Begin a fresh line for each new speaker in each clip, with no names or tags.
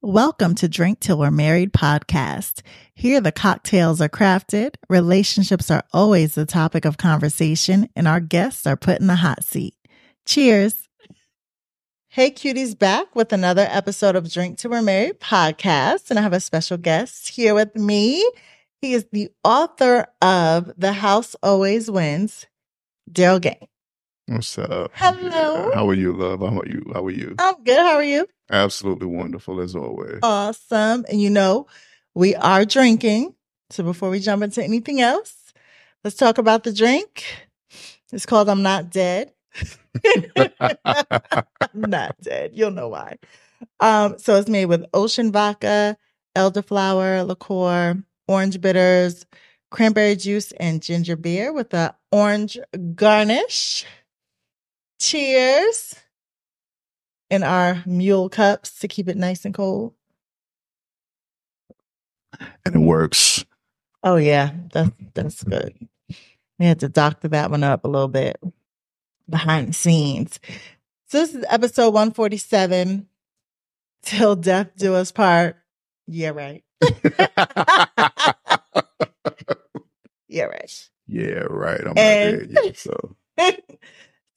Welcome to Drink Till We're Married podcast. Here, the cocktails are crafted, relationships are always the topic of conversation, and our guests are put in the hot seat. Cheers. Hey, cuties, back with another episode of Drink Till We're Married podcast. And I have a special guest here with me. He is the author of The House Always Wins, Daryl Gang.
What's up?
Hello.
Yeah, How are you, love? How are you? How are you?
I'm good. How are you?
Absolutely wonderful as always.
Awesome. And you know, we are drinking. So before we jump into anything else, let's talk about the drink. It's called I'm Not Dead. I'm not dead. You'll know why. Um, so it's made with ocean vodka, elderflower liqueur, orange bitters, cranberry juice, and ginger beer with a orange garnish. Cheers. In our mule cups to keep it nice and cold.
and it works.
Oh yeah, that's that's good. We had to doctor that one up a little bit behind the scenes. So this is episode one forty seven. Till death do us part. Yeah, right. Yeah, right.
yeah, right. I'm not
And-
dead yet, so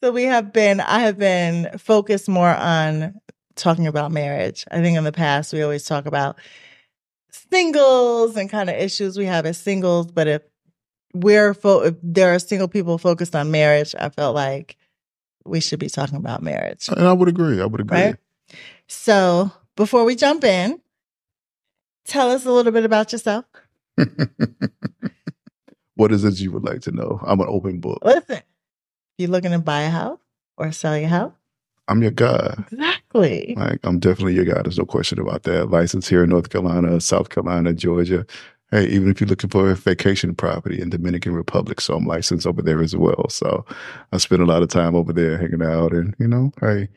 so we have been i have been focused more on talking about marriage i think in the past we always talk about singles and kind of issues we have as singles but if we're fo- if there are single people focused on marriage i felt like we should be talking about marriage
and I would agree. I would agree.
Right? so before we jump in tell us a little bit about yourself
What is it you would like to know? I'm an open book.
listen you looking to buy a house or sell your house
I'm your guy.
exactly
Like I'm definitely your guy. There's no question about that. Licensed here in North Carolina, South Carolina, Georgia. Hey, even if you're looking for a vacation property in Dominican Republic, so I'm licensed over there as well. So I spend a lot of time over there hanging out and you know, hey,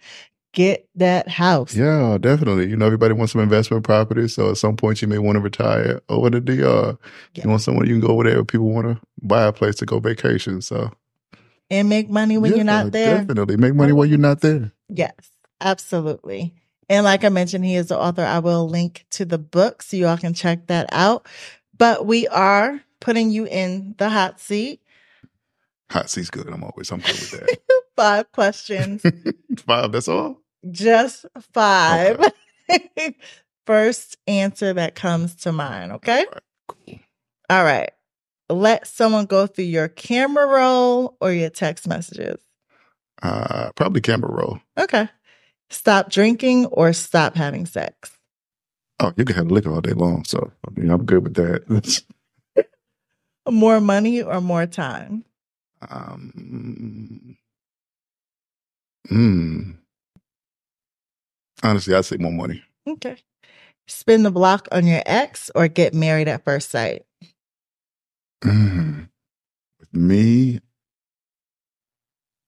get that house
Yeah, definitely. You know, everybody wants some investment property. So at some point, you may want to retire over to DR.
Yeah.
You want someone you can go over there if people want to buy a place to go vacation. So
and make money when you're
Yeah,
not there oh,
definitely make money while you're not there.
Yes, absolutely. And like I mentioned, he is the author. I will link to the book so you all can check that out. But we are putting you in the hot seat.
Hot seat's good. I'm always I'm good with that.
Five questions,
Five. That's all.
just five. First answer that comes to mind, okay? All right. Let someone go through your camera roll or your text messages.
Uh, probably camera roll.
Okay. Stop drinking or stop having sex.
Oh, you can have liquor all day long. So I mean, I'm good with that.
More money or more time?
um, mm. Honestly, I'd say more money.
Okay. Spin the block on your ex or get married at first sight.
Mm. With me,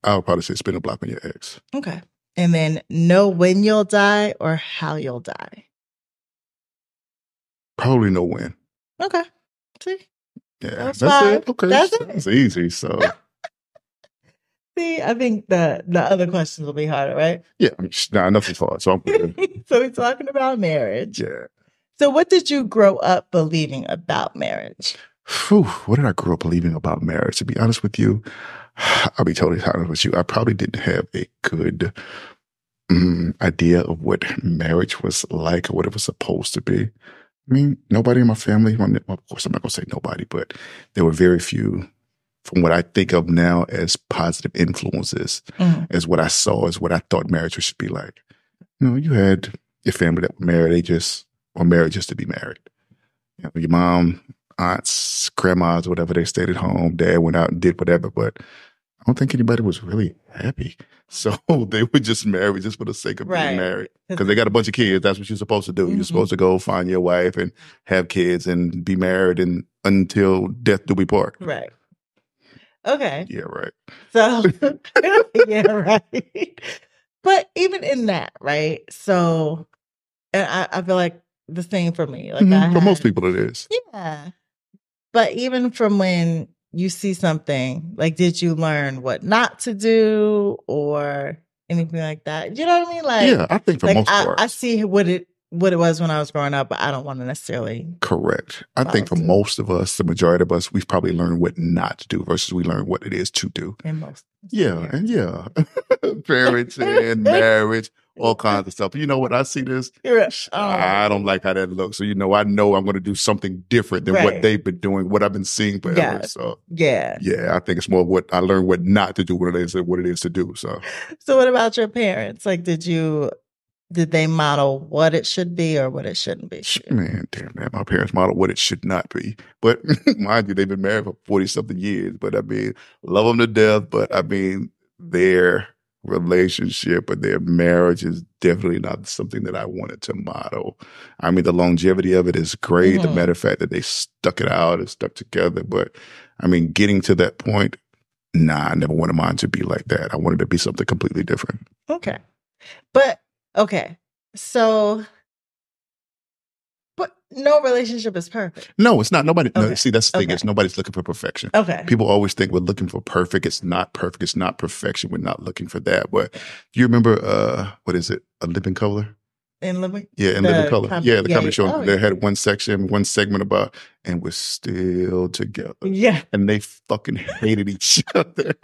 I would probably say spin a block on your ex.
Okay. And then know when you'll die or how you'll die.
Probably no win.
Okay. See?
Yeah,
That's fine.
it. Okay,
That's
that's,
it.
easy. So
See, I think the the other questions will be harder, right?
yeah, I mean, sh- nah, nothing's hard. So I'm good.
so we're talking about marriage.
yeah.
So what did you grow up believing about marriage?
Whew, what did I grow up believing about marriage? To be honest with you, I'll be totally honest with you. I probably didn't have a good mm, idea of what marriage was like or what it was supposed to be. I mean, nobody in my family, my, well, of course, I'm not going to say nobody, but there were very few, from what I think of now as positive influences,
Mhm.
as what I saw, as what I thought marriage should be like. You know, you had your family that were married, they just, or married just to be married. You know, your mom, aunts, grandmas, whatever, they stayed at home. Dad went out and did whatever, but I don't think anybody was really happy. So they were just married just for the sake of
Right.
being married because they got a bunch of kids. That's what you're supposed to do.
Mhm.
You're supposed to go find your wife and have kids and be married and until death do we part.
Right. Okay.
Yeah, right.
So, yeah, right. But even in that, right? So, and I, I feel like the same for me. Like I
Mhm. For most
had-
people, it is.
yeah. But even from when you see something, like, did you learn what not to do or anything like that? You know what I mean? Like,
yeah, I think for
like
most
I,
part.
I see what it what it was when I was growing up, but I don't want to necessarily.
Correct. I think for
Positive.
most of us, the majority of us, we've probably learned what not to do versus we learn what it is to do.
In most.
Yeah, and yeah, parents and marriage, all kinds of stuff. You know what? I see this.
You're right. Oh.
I don't like how that looks. So you know, I know I'm going to do something different than
Right.
what they've been doing, what I've been seeing forever.
Yeah.
So
Yeah.
yeah, I think it's more what I learned what not to do, what it is, and what it is to do. So
So what about your parents? Like, did you, did they model what it should be or what it shouldn't be?
man, damn that. My parents modeled what it should not be, but mind you, they've been married for forty something years. But I mean, love them to death. But I mean, their relationship or their marriage is definitely not something that I wanted to model. I mean, the longevity of it is great. The
Mhm.
matter of fact that they stuck it out and stuck together. But I mean, getting to that point, nah, I never wanted mine to be like that. I wanted it to be something completely different.
Okay. But okay. So but no relationship is perfect.
No, it's not. Nobody.
Okay.
No, see, that's the thing.
Okay.
Is nobody's looking for perfection.
Okay.
People always think we're looking for perfect. It's not perfect. It's not perfection. We're not looking for that. But you remember uh what is it? A living color?
In living
Yeah, in
The
living color.
com-
yeah, the
yeah,
comedy
yeah.
show.
Oh,
they
yeah.
had one section, one segment about, and we're still together.
Yeah.
And they fucking hated each other.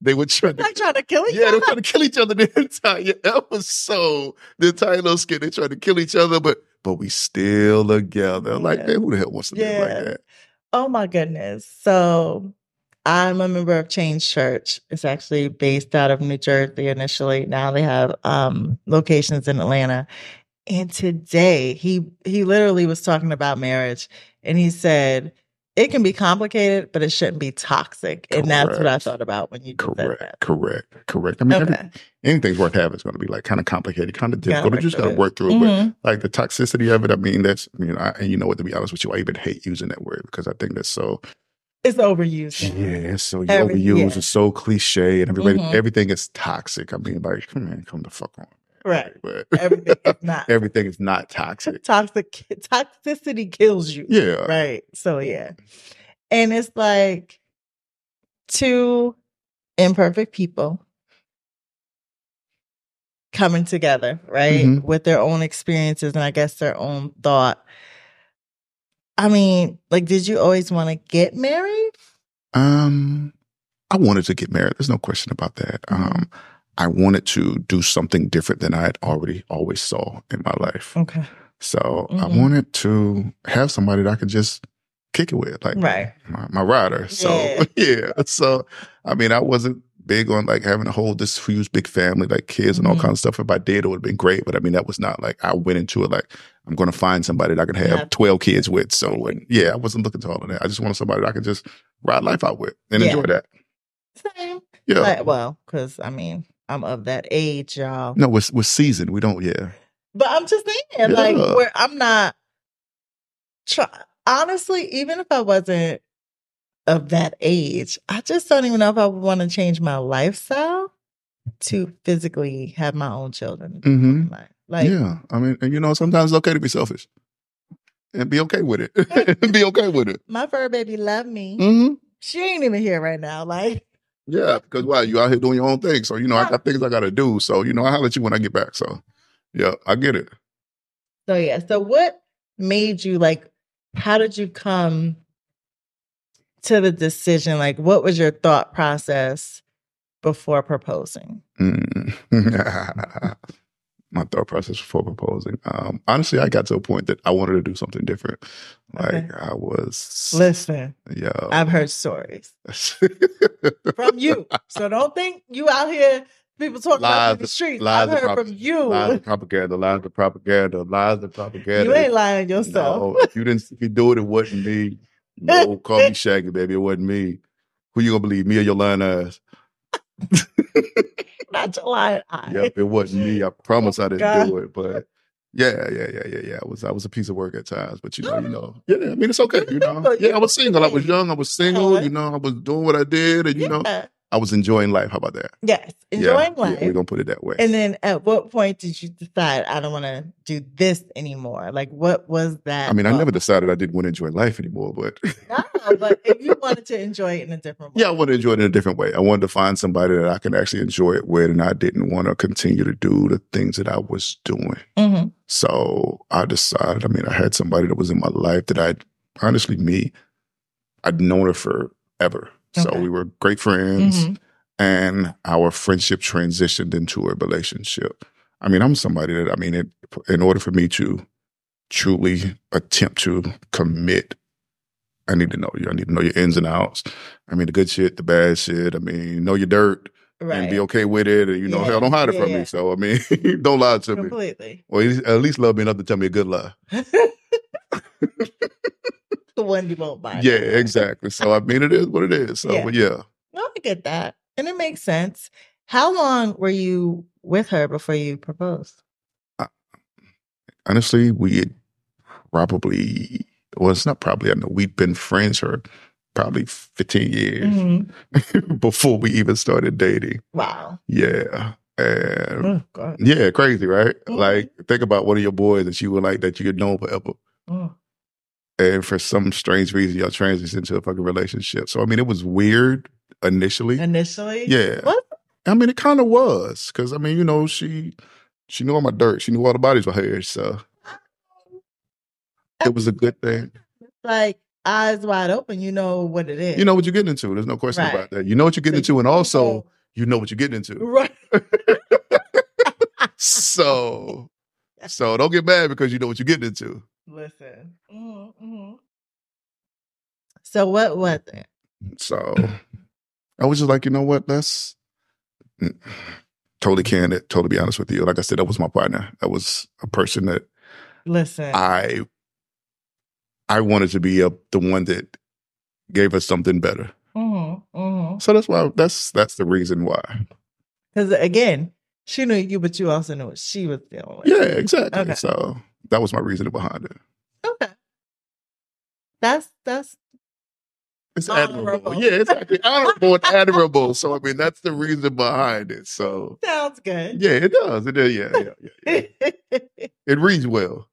they were trying to
Not trying to kill you.
yeah, they were trying to kill each other the entire episode. The entire little skit, they tried to kill each other, but but we still together. Like,
Yeah.
man, who the hell wants to live
Yeah.
like that?
Oh my goodness. So I'm a member of Change Church. It's actually based out of New Jersey initially. Now they have um, locations in Atlanta. And today he he literally was talking about marriage and he said it can be complicated, but it shouldn't be toxic. And that's what I
Correct.
thought about when you just said
Correct,
that.
correct, correct. I mean, every,
Okay.
anything's worth having is going to be like kind of complicated, kind of difficult.
work
You just got to
through it.
work through it. But
Mhm.
like the toxicity of it, I mean, that's you know, I, and you know what? To be honest with you, I even hate using that word because I think that's so
It's overused. now.
yeah, it's so
Every-
overused
yeah.
and so cliche, and everybody,
Mhm.
everything is toxic. I mean, like man, come the fuck on,
Right.
but
Everything is not
everything is not toxic.
toxic. Toxicity kills you.
Yeah,
Right. So yeah. And it's like two imperfect people coming together, right?
Mhm.
With their own experiences and I guess their own thought. I mean, like, did you always want to get married?
Um, I wanted to get married. There's no question about that.
Mm-hmm.
Um, I wanted to do something different than I had already always saw in my life.
Okay.
So
Mhm.
I wanted to have somebody that I could just kick it with, like
Right.
my, my rider. So
Yeah.
yeah. So I mean, I wasn't big on like having a whole this huge big family, like kids and all
Mhm.
kinds of stuff. If I did, it would have been great. But I mean, that was not like I went into it like I'm going to find somebody that I can have
Yeah.
twelve kids with. So and, yeah, I wasn't looking to all of that. I just wanted somebody that I could just ride life out with and
Yeah.
enjoy that.
Same.
Yeah.
Like, well, because I mean, I'm of that age, y'all.
no, we're, we're seasoned. We don't. Yeah.
But I'm just saying, like,
Yeah.
where I'm not. Try, honestly, even if I wasn't of that age, I just don't even know if I would want to change my lifestyle to physically have my own children.
Mm-hmm.
Like, like,
yeah. I mean, and you know, sometimes it's okay to be selfish and be okay with it. be okay with it.
my fur baby love me.
Mm-hmm.
She ain't even here right now. Like,
Yeah, because why you out here doing your own thing. So you know,
Yeah.
I got things I got to do. So you know, I'll holler at you when I get back. So yeah, I get it.
so yeah. So what made you like? How did you come to the decision? Like, what was your thought process before proposing?
Mm. My thought process before proposing. Um, honestly, I got to a point that I wanted to do something different. Like
Okay.
I was,
Listen,
yeah,
I've heard stories. from you. So don't think you out here people talking about you in the
Lies-
streets.
lies
I've
and
heard
prop-
from you.
lies and propaganda, lies and propaganda, lies and propaganda.
you ain't lying yourself.
No, if you didn't see me do it, it wasn't me. No, call me Shaggy, baby. It wasn't me. Who you gonna believe, me or your lying ass?
Not your lying eye.
Yep, it wasn't me. I promise I didn't
Oh God.
do it, but yeah, yeah, yeah, yeah, yeah. I was I was a piece of work at times, but you know, you know, yeah. I mean, it's okay, you know. Yeah, I was single. I was young. I was single. You know, I was doing what I did, and you know,
Yeah.
I was enjoying life. How about that?
Yes,
Yeah,
enjoying
yeah,
life.
we're gonna put it that way.
and then at what point did you decide I don't want to do this anymore? Like what was that?
I mean, I
moment?
never decided I didn't want to enjoy life anymore, but
Nah, but if you wanted to enjoy it in a different way.
yeah, I wanted to enjoy it in a different way. I wanted to find somebody that I can actually enjoy it with, and I didn't want to continue to do the things that I was doing.
Mhm.
So I decided. I mean, I had somebody that was in my life that I honestly me, I'd known her forever. So
Okay.
we were great friends.
Mhm.
and our friendship transitioned into a relationship. I mean, I'm somebody that I mean, it, in order for me to truly attempt to commit, I need to know you. I need to know your ins and outs. I mean, the good shit, the bad shit. I mean, know your dirt
Right.
and be okay with it. And you know,
Yeah,
hell, don't hide it
yeah,
from
yeah.
me. So I mean, don't lie to me.
Completely.
Or at least- at least love me enough to tell me a good lie.
the one you won't buy.
yeah, exactly. So I mean, it is what it is. So
Yeah.
but yeah,
No, I get that. And it makes sense. How long were you with her before you proposed?
honestly, we had probably well, it's not probably. I know we'd been friends for probably fifteen years
Mhm.
before we even started dating.
Wow.
Yeah, and
Oh, God.
yeah, crazy, right?
Mhm.
Like, think about one of your boys that you were like that you had known forever,
Mm.
and for some strange reason, y'all transitioned into a fucking relationship. So I mean, it was weird initially.
Initially?
Yeah.
What?
I mean, it kind of was because I mean, you know, she she knew all my dirt. She knew all the bodies were hers, so
Oh.
it was a good thing.
Like eyes wide open, you know what it is.
You know what you're getting into. There's no question
Right.
about that. You know what you're getting
So
into, and
you
also
know-
you know what you're getting into.
Right.
So, so don't get mad because you know what you're getting into.
Listen. Mhm, mhm. So what was it?
So, I was just like, you know what? That's mm, totally candid. Totally be honest with you. Like I said, that was my partner. That was a person that
Listen.
I I wanted to be a, the one that gave us something better.
Mhm, mhm.
So that's why. That's that's the reason why.
Because again, she knew you, but you also knew what she was dealing with.
Yeah, exactly.
Okay.
So that was my reasoning behind it.
Okay. That's that's
It's
Honorable.
admirable. Yeah, it's actually honorable and admirable. So I mean, that's the reason behind it. So
sounds good.
yeah, it does. It does. Yeah, yeah, yeah. yeah. It reads well.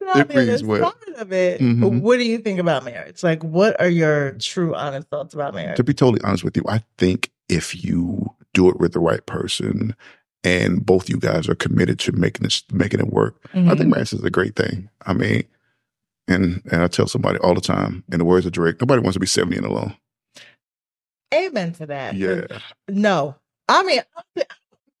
So on
It
the other
reads well.
side of it,
Mhm.
what do you think about marriage? Like, what are your true, honest thoughts about marriage?
To be totally honest with you, I think if you do it with the right person, and both you guys are committed to making this making it work, I
Mm-hmm.
think marriage is a great thing. I mean, and and I tell somebody all the time, in the words of Drake, nobody wants to be seventy and alone.
Amen to that.
Yeah,
No, I mean, I'm I'm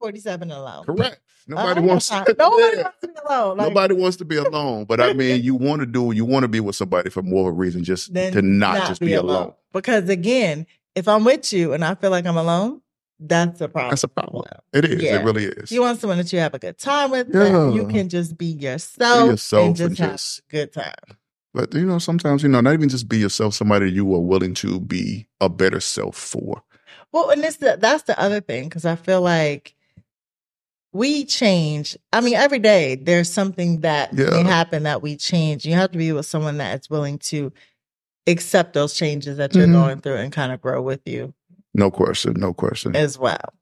47 alone.
correct.
I
Nobody
don't
wants.
know how- Uh-huh. Nobody
Yeah.
wants to be alone. Like,
Nobody wants to be alone, but I mean, you want to do, you want to be with somebody for more of a reason, just
then
to not, just be, alone.
Because again, if I'm with you and I feel like I'm alone, that's a problem.
That's a problem. It is.
Yeah.
It really is.
You want someone that you have a good time with. that You
Yeah.
can just be yourself,
yourself
and just
and
have
just-
a good time.
but you know, sometimes you know, not even just be yourself. Somebody you are willing to be a better self for.
Well, and it's the, that's the other thing because I feel like we change. I mean, every day there's something that may
Yeah.
happen that we change. You have to be with someone that is willing to accept those changes that you're
Mhm.
going through and kind of grow with you
No question. No question.
as well.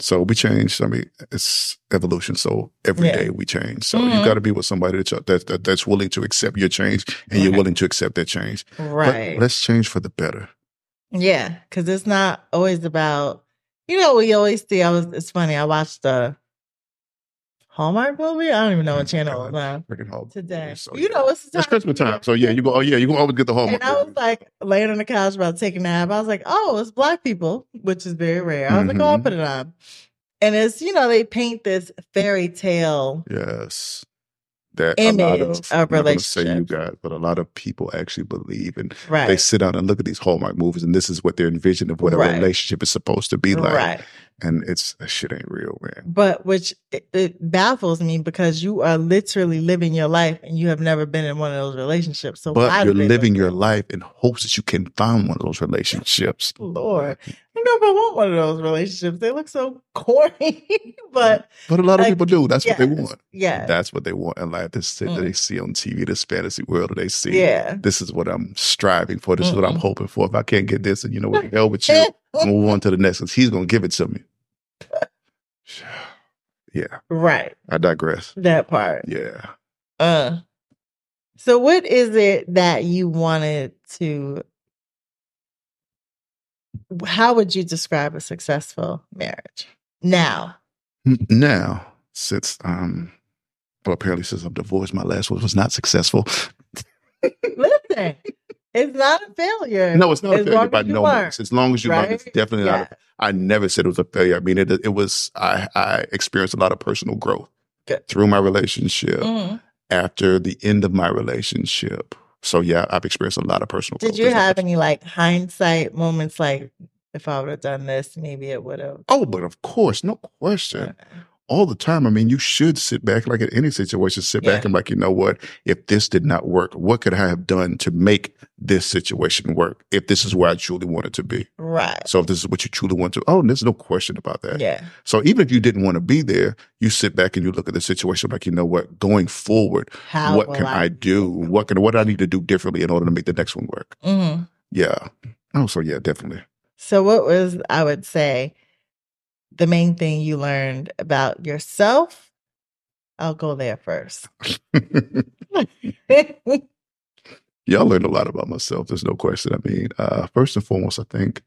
so we change. I mean, it's evolution. So every
Yeah.
day we change. So
Mhm.
you got to be with somebody that's that, that that's willing to accept your change, and you're
Right.
willing to accept that change. But
Right.
let's change for the better.
Yeah, because it's not always about, you know, we always see. I was, it's funny. I watched the Hallmark movie. I don't even know what channel it was on
Freaking hard.
today.
So,
You know, it's, the
Oh It's Christmas
you
time,
get-
so yeah, you go. Oh yeah, you gonna always get the home.
And I was like laying on the couch about taking a nap. I was like, oh, it's black people, which is very rare. I was like, oh, I'll
Mhm.
put it on. And it's, you know, they paint this fairy tale.
yes, that a lot
Image
of,
of
I'm not gonna say you
relationships.
guys, but a lot of people actually believe, and
Right.
they sit down and look at these Hallmark movies, and this is what their envision of what a
Right.
relationship is supposed to be like.
right.
and it's that shit ain't real, man.
But which it, it baffles me because you are literally living your life and you have never been in one of those relationships. So why
But you're
would they-
living your life in hopes that you can find one of those relationships.
Lord, nobody want one of those relationships. They look so corny, but
But a lot of
Like,
people do. That's what they
yes,
want.
yeah,
Mm. That's what they want in life. This shit that
Mm.
they see on TV, this fantasy world that they see.
yeah. Mm-hmm.
This is what I'm striving for. This is what I'm
Mm-mm.
hoping for. If I can't get this, then you know what the hell with you. Move on to the next one. He's gonna give it to me. Yeah,
right,
I digress.
that part.
Yeah.
Uh, so what is it that you wanted to? How would you describe a successful marriage now?
N- Now, since um, well, apparently since I'm divorced, my last one was not successful.
Listen, it's not a failure.
No, it's not
As
a failure
long
by
as you
no
learn,
means. As long as you learn, it's
right?
definitely not.
yeah,
A, I never said it was a failure. I mean, it it was. I I experienced a lot of personal growth
Good.
through my relationship.
Mhm.
After the end of my relationship, so yeah, I've experienced a lot of personal. growth.
Did you
There's no
have
question.
any like hindsight moments? Like, if I would have done this, maybe it would have.
Oh, but of course, no question. all the time. I mean, you should sit back, like in any situation, sit back
Yeah.
and like, you know what? If this did not work, what could I have done to make this situation work? If this is where I truly want it to be.
Right.
So if this is what you truly want to, oh, there's no question about that.
Yeah.
So even if you didn't want to be there, you sit back and you look at the situation like, you know what? Going forward,
How
what
will
can I, do? What can, what do I need to do differently in order to make the next one work?
Mhm.
Yeah. Oh, so yeah, definitely.
So, what was I would say the main thing you learned about yourself? I'll go there first.
Yeah, I learned a lot about myself. There's no question. I mean, uh, first and foremost, I think,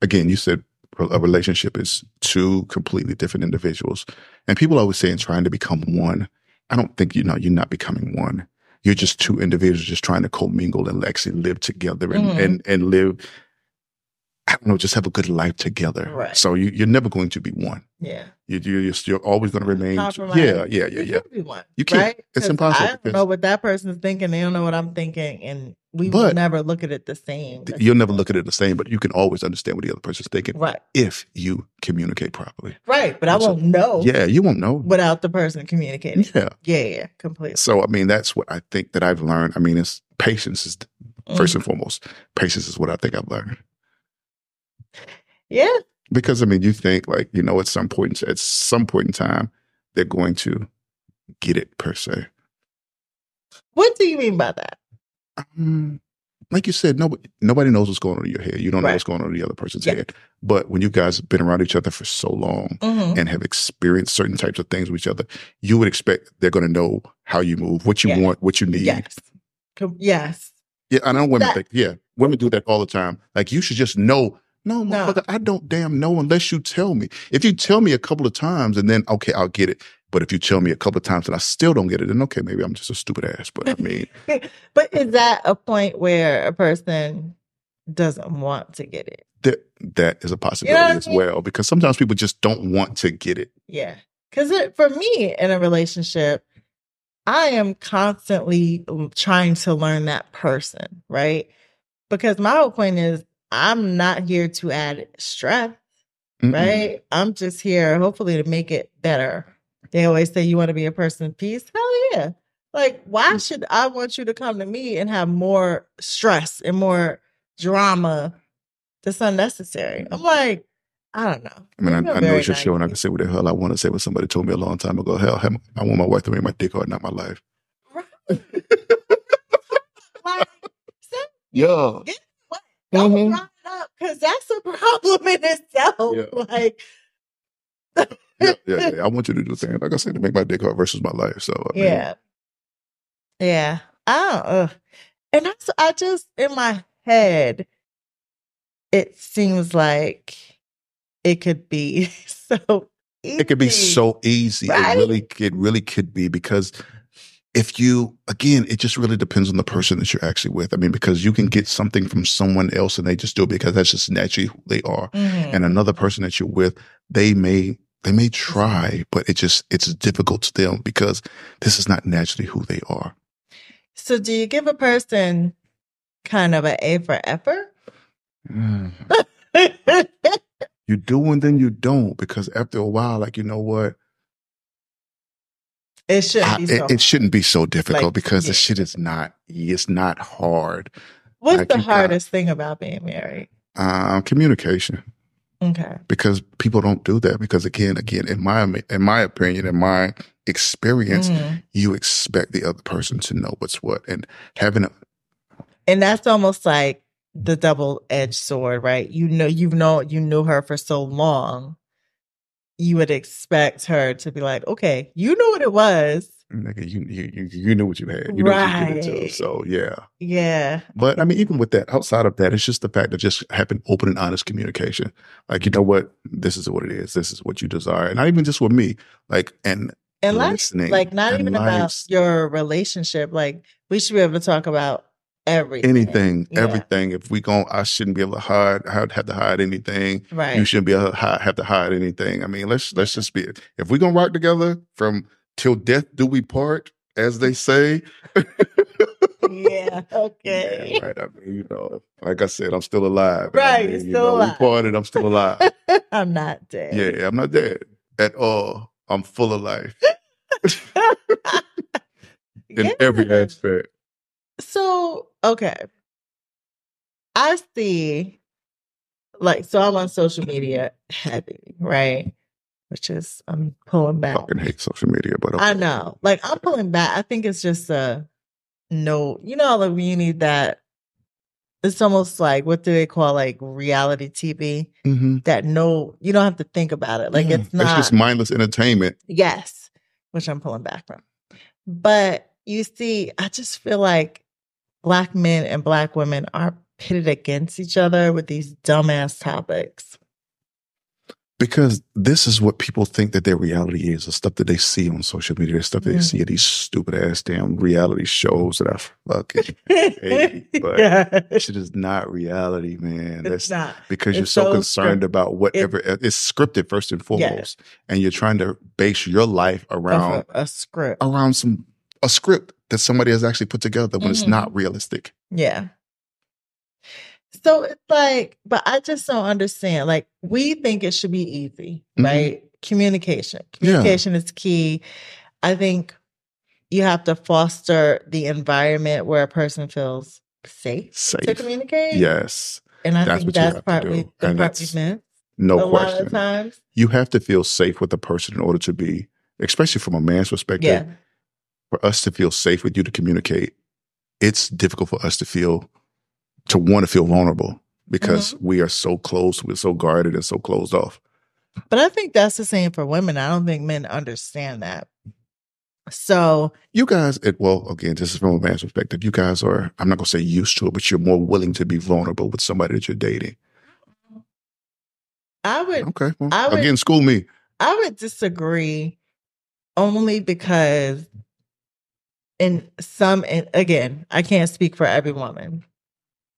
again, you said a relationship is two completely different individuals. And people always say, in trying to become one, I don't think, you know, you're not becoming one. You're just two individuals just trying to commingle and actually live together and,
Mhm.
and, and live, I don't know, just have a good life together.
Right.
So you, you're never going to be one.
yeah.
You, you, you're, you're always going to remain.
Compromise.
Yeah, yeah, yeah, yeah.
You can't be one,
You can't.
right?
It's
'Cause
impossible
I don't
because-
know what that person's thinking. They don't know what I'm thinking, and we will
But-
never look at it the same.
You'll never look at it the same, but you can always understand what the other person's thinking
right.
if you communicate properly.
Right. But I
So-
won't know
Yeah, you won't know.
without the person communicating.
Yeah.
Yeah. Yeah. Completely.
So I mean, that's what I think that I've learned. I mean, it's patience is first
Mhm.
and foremost. Patience is what I think I've learned
Yeah.
because I mean, you think like you know, at some point, at some point in time, they're going to get it per se.
What do you mean by that?
Um, like you said, nobody nobody knows what's going on in your head. You don't know
Right.
what's going on in the other person's
Yeah.
head. But when you guys have been around each other for so long
Mhm.
and have experienced certain types of things with each other, you would expect they're going to know how you move, what you
Yeah.
want, what you need.
Yes. Com- yes.
Yeah, I know women
That-
think. Yeah, women do that all the time. Like you should just know. No,
No.
motherfucker, I don't damn know unless you tell me. If you tell me a couple of times and then okay, I'll get it. But if you tell me a couple of times and I still don't get it, then okay, maybe I'm just a stupid ass. But I mean,
But is that a point where a person doesn't want to get it?
that that is a possibility
I
as
mean?
well because sometimes people just don't want to get it.
Yeah. Because for me in a relationship, I am constantly trying to learn that person, right? Because my whole point is I'm not here to add stress,
Mm-mm.
right? I'm just here hopefully to make it better. They always say you want to be a person of peace. Hell yeah. Like, why
Mm.
should I want you to come to me and have more stress and more drama that's unnecessary? I'm like, I don't know.
Mm. I mean,
Maybe
I,
I'm
I know
very
it's your show, and I can
naive.
say what the hell I want to say. What somebody told me a long time ago. Hell, I want my wife to make my dick hard, not my life.
Like, so
Yeah,
don't
Mhm.
bring it up because that's a problem in itself.
Yeah.
Like,
yeah, yeah, yeah. I want you to do the thing, like I said, to make my dick hard versus my life. So I mean,
yeah, yeah. I don't, ugh. and that's I just in my head, it seems like it could be so. Easy.
it could be so easy.
Right?
It really, it really could be because if you, again, it just really depends on the person that you're actually with. I mean, because you can get something from someone else and they just do it because that's just naturally who they are.
Mhm.
And another person that you're with, they may, they may try, but it just, it's difficult to them because this is not naturally who they are.
so, do you give a person kind of an A for effort?
You You do and then you don't because after a while, like, you know what?
It shouldn't
I-
be so.
it, it shouldn't be so difficult
Like,
because
yeah.
the shit is not, it's not hard.
What's
like
the
you got-
hardest thing about being married?
Um, communication.
Okay.
because people don't do that because again again in my in my opinion in my experience
Mhm.
you expect the other person to know what's what and having a
And that's almost like the double edged sword, right? You know, you've known, you knew her for so long. You would expect her to be like, okay, you knew what it was.
nigga you you you, you knew what you had you knew what you get into
Right.
so yeah
Yeah.
but i mean even with that outside of that it's just the fact that just having open and honest communication like you know what this is what it is this is what you desire and not even just with me like and
And like,
listening
like not
and
even
lives-
about your relationship. Like, we should be able to talk about everything.
anything
Yeah.
everything if we gon' i shouldn't be able to hide i'd have to hide anything
Right.
you shouldn't be able to hi- have to hide anything. I mean, let's let's just be if we're gonna rock together from till death do we part, as they say.
yeah. Okay.
Yeah, right. I mean, you know, like I said, I'm still alive. And I
Right, you're
mean, you
still
know,
alive.
We parted. I'm still alive.
I'm not dead.
yeah, I'm not dead at all. I'm full of life in every
Yeah.
aspect.
So, okay. I see, like, so I'm on social media heavy, right? Which is, I'm pulling back.
Fucking hate social media, but okay.
I know. Like, I'm pulling back. I think it's just a no, you know, like, when you need that. It's almost like what do they call like reality TV?
Mhm.
That no, you don't have to think about it. Like
Yeah.
it's not.
Mm, just mindless entertainment.
Yes, which I'm pulling back from. But you see, I just feel like black men and black women are pitted against each other with these dumbass topics.
Because this is what people think that their reality is, the stuff that they see on social media, the stuff that they
Mhm.
see in these stupid ass damn reality shows that I fucking Hey, but
yeah, it's
shit is not reality, man. That's
not.
because you're
it's
so
so
concerned
scripted.
about whatever it's scripted first and foremost, and you're trying to base your life around
Off a, a script.
around some a script that somebody has actually put together when it's
Mhm.
not realistic.
Yeah. So it's like, but I just don't understand. Like, we think it should be easy,
Mhm.
right? Communication.
Yeah.
Communication is key. I think you have to foster the environment where a person feels safe, to
Safe,
communicate.
yes,
And I
That's
think
what you
that's
have to
part
do.
we,
And
the part we
that's
miss
no
a lot
question.
of times.
You have to feel safe with a person in order to be, especially from a man's perspective.
Yeah.
for us to feel safe with you to communicate, it's difficult for us to feel to want to feel vulnerable because
Mm-hmm.
we are so close, we're so guarded and so closed off.
But I think that's the same for women. I don't think men understand that. So,
You guys, it, well, again, this is from a man's perspective. You guys are, I'm not gonna say used to it, but you're more willing to be vulnerable with somebody that you're dating.
I would
Okay, well,
I would-
again, school me.
I would disagree only because in some and again, I can't speak for every woman,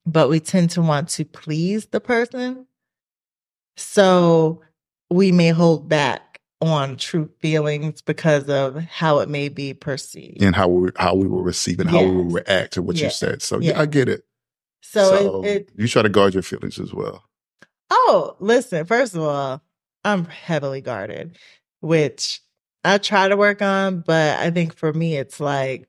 but we tend to want to please the person. So we may hold back on true feelings because of how it may be perceived.
And how we how we will receive and how we will
Yes.
react to what
Yeah.
you said. So yeah,
Yeah.
I get it.
So, it, it
you try to guard your feelings as well.
Oh, listen, first of all, I'm heavily guarded, which I try to work on, but I think for me, it's like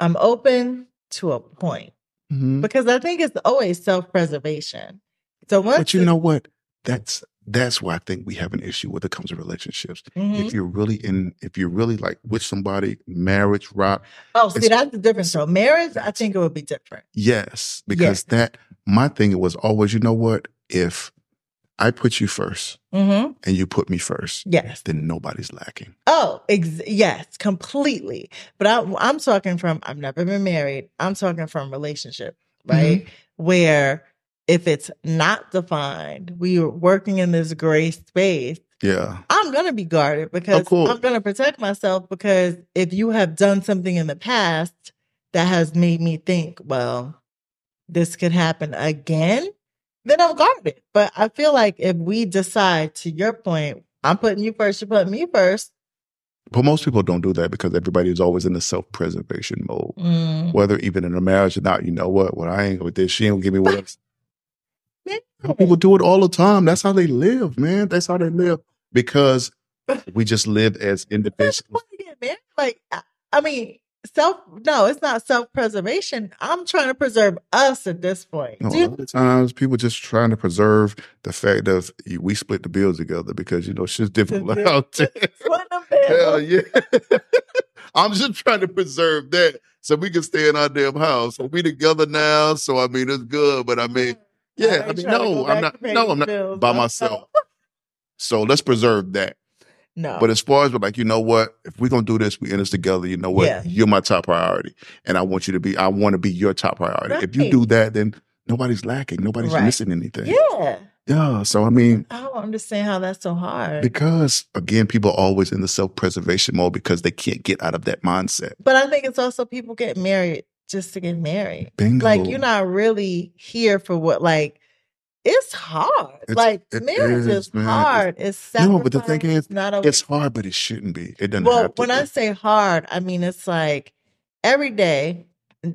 I'm open to a point
Mm-hmm.
because I think it's always self preservation. So once
But you know what? That's that's why I think we have an issue when it comes to relationships.
Mhm.
if you're really in if you're really like with somebody marriage rock
oh, see,
it's-
that's the difference. So marriage, I think it would be different.
yes because that my thing was always you know what if i put you first
Mm-hmm.
and you put me first
Yes.
then nobody's lacking
Oh, ex- yes, completely. But I, I'm talking from, I've never been married. I'm talking from relationship, right? Where if it's not defined, we are working in this gray space.
yeah
I'm going to be guarded because
course.
I'm going to protect myself because if you have done something in the past that has made me think, well, this could happen again, then I'm guarded. But I feel like if we decide, to your point, I'm putting you first, you're putting me first.
but most people don't do that because everybody is always in the self-preservation mode
Mm.
whether even in a marriage or not you know what well i ain't with this she ain't gonna give me what I'm- People do it all the time. That's how they live, man. That's how they live because we just live as
That's the
individuals.
point again, man. Like, I- I mean, self. No, it's not self preservation. I'm trying to preserve us at this point.
You know,
Do
a
you-
lot of times people just trying to preserve the fact of we split the bills together because you know shit's difficult out there.
What the hell?
Hell yeah. I'm just trying to preserve that so we can stay in our damn house. So we together now. So I mean it's good. But I mean, yeah,
I
I
ain't
mean,
trying to go
no,
back
I'm
to
not
paying
no, I'm not
bills.
by
I'm
myself. So let's preserve that.
No.
But as far as like, you know what, if we're gonna do this, we end this together, you know what?
Yeah.
You're my top priority. And I want you to be I want to be your top priority. If you
Right.
do that, then nobody's lacking, nobody's
Right.
missing anything.
yeah,
yeah. So I mean,
I don't understand how that's so hard.
because again, people are always in the self preservation mode because they can't get out of that mindset.
but I think it's also people get married just to get married.
Bingo.
Like you're not really here for what. Like it's hard.
It's-
like
it is,
marriage is,
man. It's-
hard. It's,
No, but the thing
sacrifice,
is,
not always
It's hard, but it shouldn't be. It doesn't
Well,
have to
when
be.
I say hard, I mean it's like every day.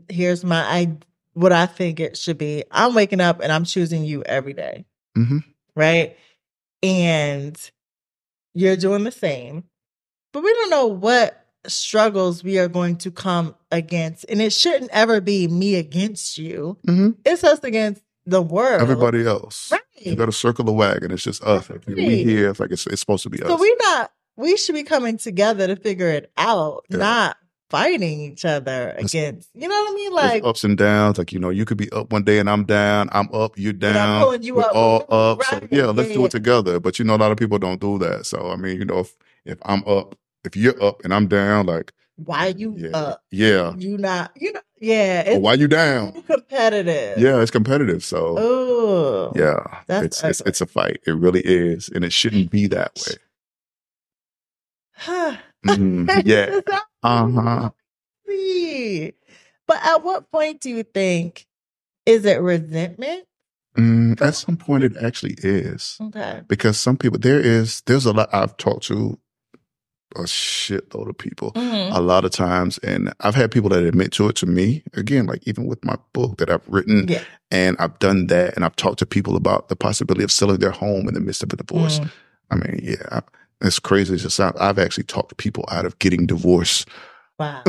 Here's my I what I think it should be. I'm waking up and I'm choosing you every day,
Mhm.
right? And you're doing the same, but we don't know what struggles we are going to come against, and it shouldn't ever be me against you.
Mhm.
It's us against the world.
Everybody else.
right?
You got to circle the wagon. It's just us. Like, We
Right.
here. It's like it's, it's supposed to be us.
So we're not. We should be coming together to figure it out,
Yeah.
not fighting each other
It's-
against. You know what I mean?
There's
Like,
ups and downs. Like you know, you could be up one day and I'm down. I'm up. You're
I'm
down.
pulling you
We're
up.
all up. So
Right.
yeah, let's do
Yeah.
it together. But you know, a lot of people don't do that. So I mean, you know, if if I'm up, if you're up and I'm down, like
why you
yeah, Uh,
up?
yeah.
You not? You know? Yeah.
Or
It's
why you down?
too competitive.
Yeah, it's competitive. So
Oh.
yeah,
That's
it's it's
ugly.
it's a fight. It really is, and it shouldn't be that way. Mhm. Yeah. Uh-huh.
See. But at what point do you think is it resentment?
Mm, at some point, it actually is
Okay.
because some people there is there's a lot I've talked to a shitload of people
Mhm.
a lot of times, and I've had people that admit to it to me again, like even with my book that I've written
Yeah.
and I've done that, and I've talked to people about the possibility of selling their home in the midst of a divorce.
Mm.
I mean, yeah, I, as crazy as it sounds, I've actually talked people out of getting divorced
Wow.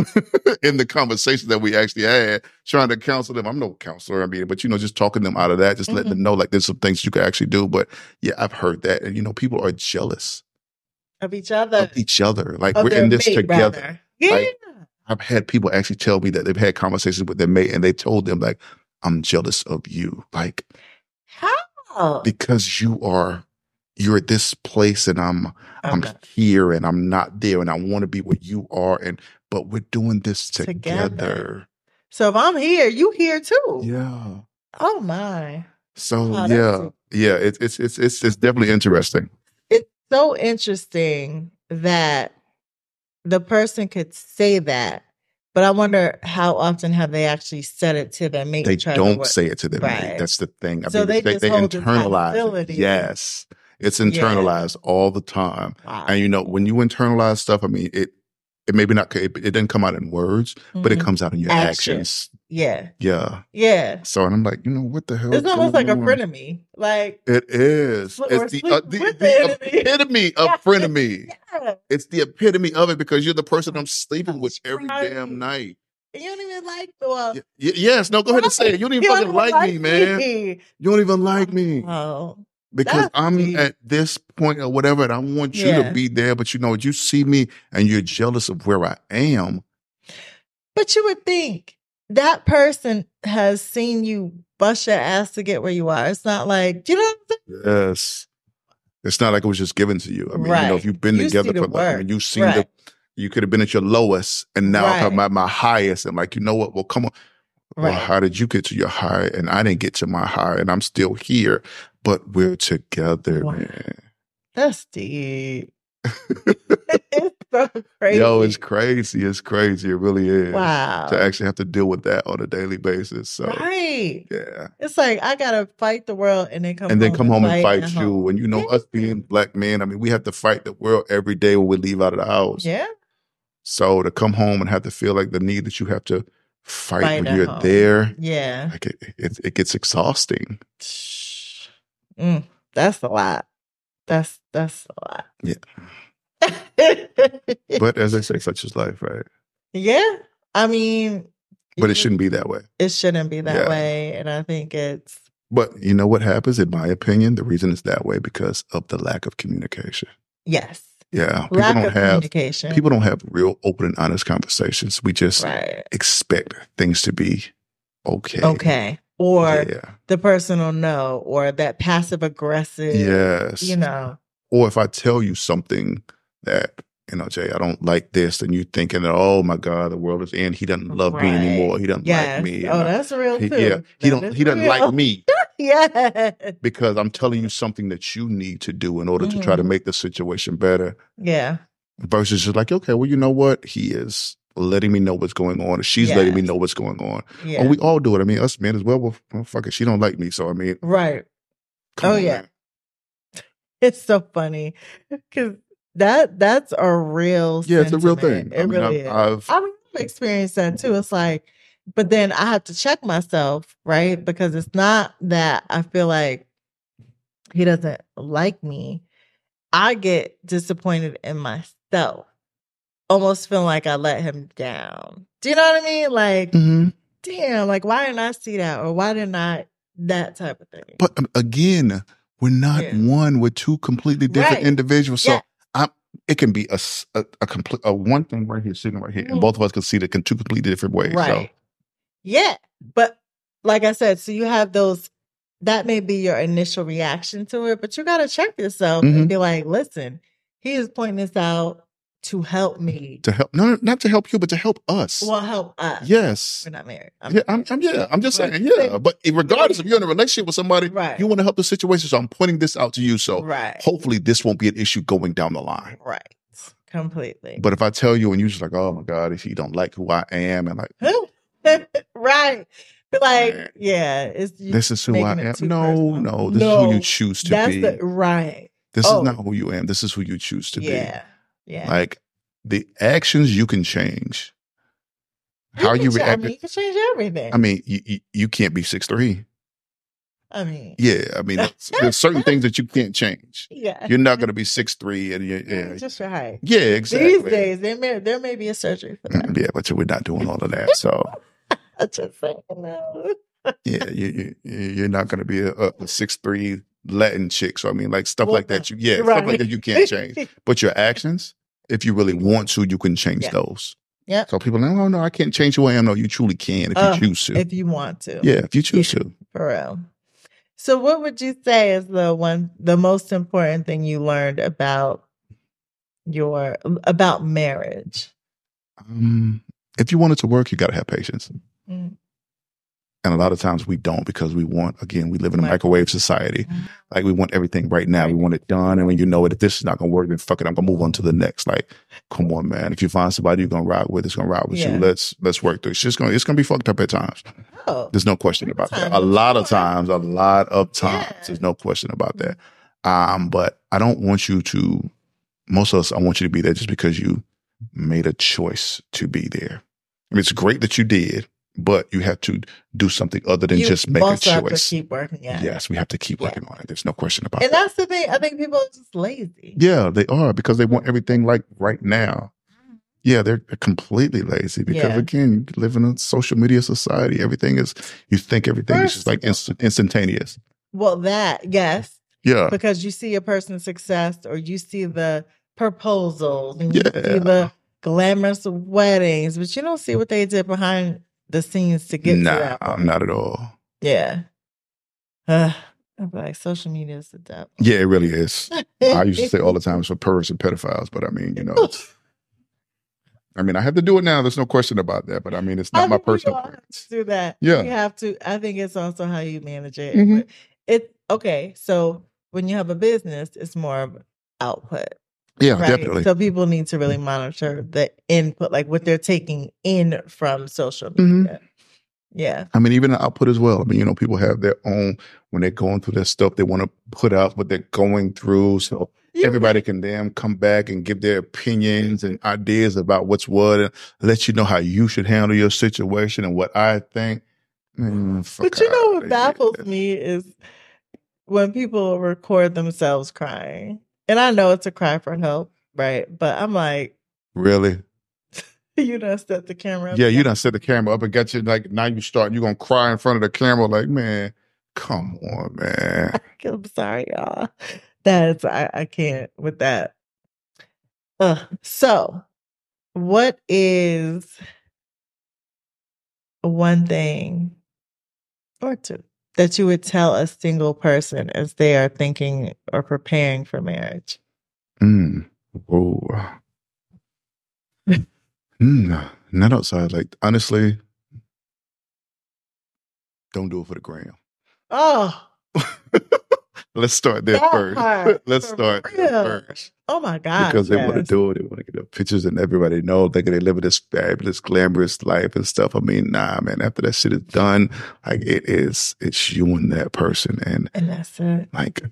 in the conversation that we actually had, trying to counsel them. I'm no counselor, I mean, but you know, just talking them out of that, just letting
Mhm.
them know like there's some things you can actually do. But yeah, I've heard that, and you know, people are jealous
of each other.
of each other. Like
of
we're
their
in this
mate,
together.
rather. Yeah.
Like- I've had people actually tell me that they've had conversations with their mate, and they told them like, "I'm jealous of you," like
How?
because you are. You're at this place and I'm I'm
Okay.
here and I'm not there and I want to be where you are and but we're doing this
Together.
together.
So if I'm here, you here too.
Yeah.
Oh my.
So
Wow, that's
yeah,
so-
yeah, it's it's it's it's it's definitely interesting.
It's so interesting that the person could say that, but I wonder how often have they actually said it to their mate.
They
trying to
don't
work-
say it to them.
Right.
That's the thing.
So they just hold the
internalize. It.
accountability.
Yes, it's
Yeah.
internalized all the time.
Wow.
And you know, when you internalize stuff, I mean, it it maybe not it, it doesn't come out in words, but it
Mhm.
comes out in your
Action.
actions.
yeah,
Yeah.
yeah.
So and I'm like, you know, what the hell?
It's
is
almost like
going
a
on?
frenemy. Like
It is.
Or
It's the,
sleep
uh, the,
with
the
the enemy.
epitome of
Yeah.
frenemy.
yeah.
It's the epitome of it because you're the person I'm sleeping with every
Right.
damn night.
you don't even like well,
Y- y- yes, no, go ahead and say it. You don't even fucking like, me, man.
me.
You don't even like me
Oh,
because
that's
I'm
deep.
at this point or whatever, and I want you
Yeah.
to be there. But you know, you see me and you're jealous of where I am.
But you would think that person has seen you bust your ass to get where you are. It's not like, you know, what I'm saying?
Yes, it's not like it was just given to you. I mean, you know,
Right.
if you've been
You see
together
the
for like, I
work.
mean, you've seen
Right.
the. You could have been at your lowest, and now
Right.
I'm at my highest, and like, you know what? Well, come on. Well,
right.
how did you get to your high, and I didn't get to my high, and I'm still here, but we're together,
Wow.
man.
That's deep. it's so crazy.
Yo, it's crazy. It's crazy. It really is.
Wow.
To actually have to deal with that on a daily basis. So
right.
yeah.
It's like I gotta fight the world and then come
And then
home
come home and fight
at home.
you. And you know, us being black men, I mean, we have to fight the world every day when we leave out of the house.
Yeah.
So to come home and have to feel like the need that you have to fight,
Fight
when
at
you're
home.
there,
Yeah.
like it, it, it gets exhausting.
Mm, that's a lot. That's that's a lot.
Yeah.
Yeah.
But as they say, such is life, right?
yeah. I mean
But
you-
it shouldn't be that way.
it shouldn't be that
Yeah.
way. And I think it's
But you know what happens, in my opinion? The reason it's that way because of the lack of communication.
yes.
Yeah. People
lack
don't
of
have
communication.
people don't have real open and honest conversations. We just
right.
expect things to be okay.
Okay. Or
yeah.
the person will know or that passive aggressive
Yes.
you know.
Or if I tell you something that, you know, Jay, I don't like this, and you thinking that, oh my God, the world is in. He doesn't love
Right.
me anymore. He doesn't
Yes.
like me.
oh,
And I-
that's real too.
he, yeah. He
That
don't
is
he doesn't
real.
like me.
Yes.
because I'm telling you something that you need to do in order to try
Mhm.
to make the situation better.
Yeah.
Versus just like, okay, well, you know what? He is letting me know what's going on. or She's letting me
Yes.
know what's going on.
Yeah.
Or Oh, we all do it. I mean, us men as well. Well, well, fuck it. She don't like me, so I mean,
right.
come
Oh,
on,
yeah.
man.
It's so funny because that that's a real
yeah, it's a real thing.
sentiment. It really
I've,
is.
I've
I mean, I've experienced that too. It's like, but then I have to check myself, right? Because it's not that I feel like he doesn't like me. I get disappointed in myself, almost feeling like I let him down. Do you know what I mean? Like,
Mhm.
damn, like why didn't I see that, or why didn't I that type of thing?
but um, again, we're not
Yeah.
one. We're two completely different
Right.
individuals. So
Yeah.
I'm. It can be a s- a, a complete a one thing right here sitting right here, and
Mhm.
both of us can see it in two completely different ways.
Right. Yeah. But like I said, so you have those, that may be your initial reaction to it, but you got to check yourself
Mhm.
and be like, listen, he is pointing this out to help me.
So to help, no, no, not to help you, but to help us.
Well, help us.
Yes.
We're not married.
yeah, I'm, I'm, yeah, I'm just
Right.
saying, yeah. But regardless, if you're in a relationship with somebody,
Right.
you want to help the situation. So I'm pointing this out to you. So
right.
hopefully this won't be an issue going down the line.
Right. Completely.
But if I tell you and you're just like, oh my God, if you don't like who I am, and like,
right. But like,
Man.
yeah, it's you-
this is who I
making it
am.
too
No,
personal.
no, this is who
No,
you choose to
that's
be.
the right.
this
oh.
is not who you am. This is who you choose to
Yeah. Yeah.
be. Like the actions you can change. how
can
you
cha-
react-
I mean, you can change everything.
I mean, you, you, you can't be six three.
I mean,
Yeah, I mean, it's- there's certain things that you can't change.
yeah.
You're not going to be six three, and you
Yeah,
yeah,
just your height.
yeah, exactly.
These days, there may there may be a surgery for that.
Mm, Yeah, but we're not doing all of that. So
I'm just saying. No.
yeah, you, you you- you're not going to be a, a six three Latin chick. So I mean, like stuff
Well,
like that. You yeah,
right.
stuff like that you can't change. But your actions, if you really want to, you can change
Yeah.
those.
Yep.
So people, are like, oh no, I can't change who I am. No, you truly can if you
Uh,
choose to.
if you want to,
yeah, if you choose to.
for real. So, what would you say is the one the most important thing you learned about your about marriage?
Um, if you want it to work, you got to have patience.
Mm.
And a lot of times we don't because we want, again, we live in a
Right.
microwave society.
Mhm.
Like we want everything right now. We want it done. And when you know it, if this is not going to work, then fuck it. I'm going to move on to the next. Like, come on, man. If you find somebody you're going to ride with, it's going to ride with
Yeah.
you. Let's, let's work through it. It's just going to, it's going to be fucked up at times.
Oh,
There's no question
Lot
about
of
that. A
times,
lot of
sure.
times, a lot of times,
Yeah.
there's no question about that. Um, but I don't want you to, most of us, I want you to be there just because you made a choice to be there. I mean, it's great that you did, but you have to do something other than
you
just make a
also have to
choice.
keep working. Yeah,
Yes, we have to keep
Yeah.
working on it. There's no question about
and
that.
that's the thing. I think people are just lazy.
Yeah, they are because they want everything like right now. Yeah, they're completely lazy because
Yeah.
again, you live in a social media society. Everything is you think everything is just like instant, instantaneous.
Well, that yes,
Yeah,
because you see a person's success or you see the proposals and you see
Yeah.
the glamorous weddings, but you don't see what they did behind the scenes to get to
nah,
that. Point.
not at all.
Yeah. Ugh. I'm like social media is the devil.
Yeah, it really is. I used to say all the time it's for perverts and pedophiles, but I mean, you know, it's- I mean, I have to do it now. There's no question about that. But I mean, it's
I
not my
think we
personal
all have
preference.
to do that.
Yeah.
You have to. I think it's also how you manage it.
Mhm.
But It okay. So when you have a business, it's more of output.
Yeah,
Right.
definitely.
So people need to really monitor the input, like what they're taking in from social media.
Mhm.
Yeah.
I mean, even the output as well. I mean, you know, people have their own when they're going through their stuff, they want to put out what they're going through. So
You-
everybody can damn come back and give their opinions and ideas about what's what and let you know how you should handle your situation and what I think. Mm, fuck
But you know
outta
what
here.
baffles me is when people record themselves crying, and I know it's a cry for help, right? But I'm like,
Really?
you done set the camera. up
Yeah, you
again.
done set the camera up and got you like now you start you gonna cry in front of the camera like man, come on man.
I'm sorry, y'all. That's I, I can't with that. Uh, so, what is one thing or two that you would tell a single person as they are thinking or preparing for marriage?
Mm. Whoa. mm, not outside. Like honestly, don't do it for the gram.
Oh,
Let's start there
that
first.
part,
Let's
for
start there
real.
first.
Oh my God.
Because they want to
yes.
do it, they want to get their pictures and everybody know, thinking they live this fabulous, glamorous life and stuff. I mean, nah, man. After that shit is done, like it is, it's you and that person, and
And that's it.
like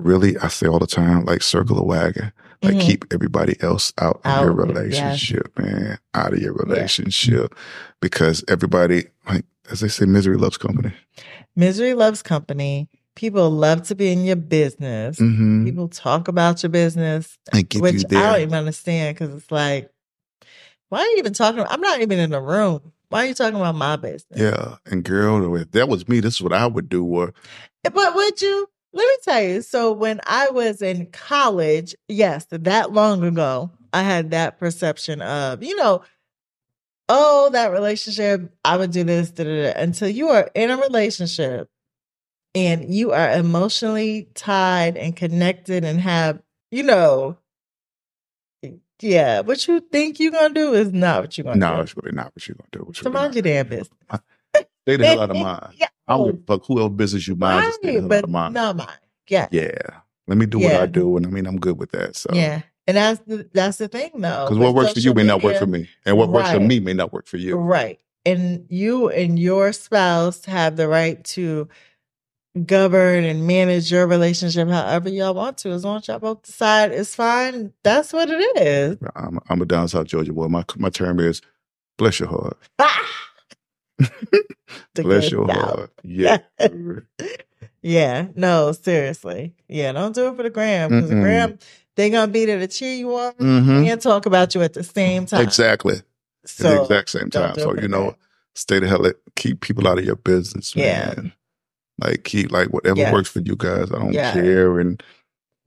really i say all the time like circle the wagon like
Mhm.
keep everybody else out of your
Out, yes.
relationship man out of your relationship because everybody like as they say misery loves company
Misery loves company. People love to be in your business.
mm-hmm.
People talk about your business,
and get
which
you
I don't
there
even understand because it's like, why are you even talking? I'm not even in the room. Why are you talking about my business?
yeah and girl if that was me this is what i would do or
But would you? Let me tell you. So when I was in college, yes, that long ago, I had that perception of, you know, oh, that relationship, I would do this, da, da, da. until you are in a relationship and you are emotionally tied and connected and have, you know, yeah, what you think you're gonna do is not what you're gonna
no
do.
it's really not what you're gonna do It's
So
really
mind
not.
your damn business.
stay the hell out of mine
Yeah.
i don't give a fuck who else business you mind just stay the
Right,
hell out
but
of mine
not mine. Yeah.
yeah let me do what
Yeah.
i do and i mean i'm good with that so
Yeah. And that's the, that's the thing though.
because what
with
works for you
social
may not work
media.
for me and what works for
Right.
me may not work for you
Right. And you and your spouse have the right to govern and manage your relationship however y'all want to. As long as y'all both decide it's fine, that's what it is.
I'm, I'm a down south Georgia boy. My my term is bless your heart.
Ah! The
bless
good
your
South.
heart. Yeah.
Yeah, no, seriously. Yeah, don't do it for the gram because the
Mm-mm.
gram, they going to be there to cheer you on
Mhm.
and talk about you at the same time.
Exactly. At
So,
the exact same
don't
time.
do it
So
for the
you know,
gram.
stay the hell out keep people out of your business,
Yeah.
man. Like keep like whatever
Yes.
works for you guys. I don't
Yeah.
care and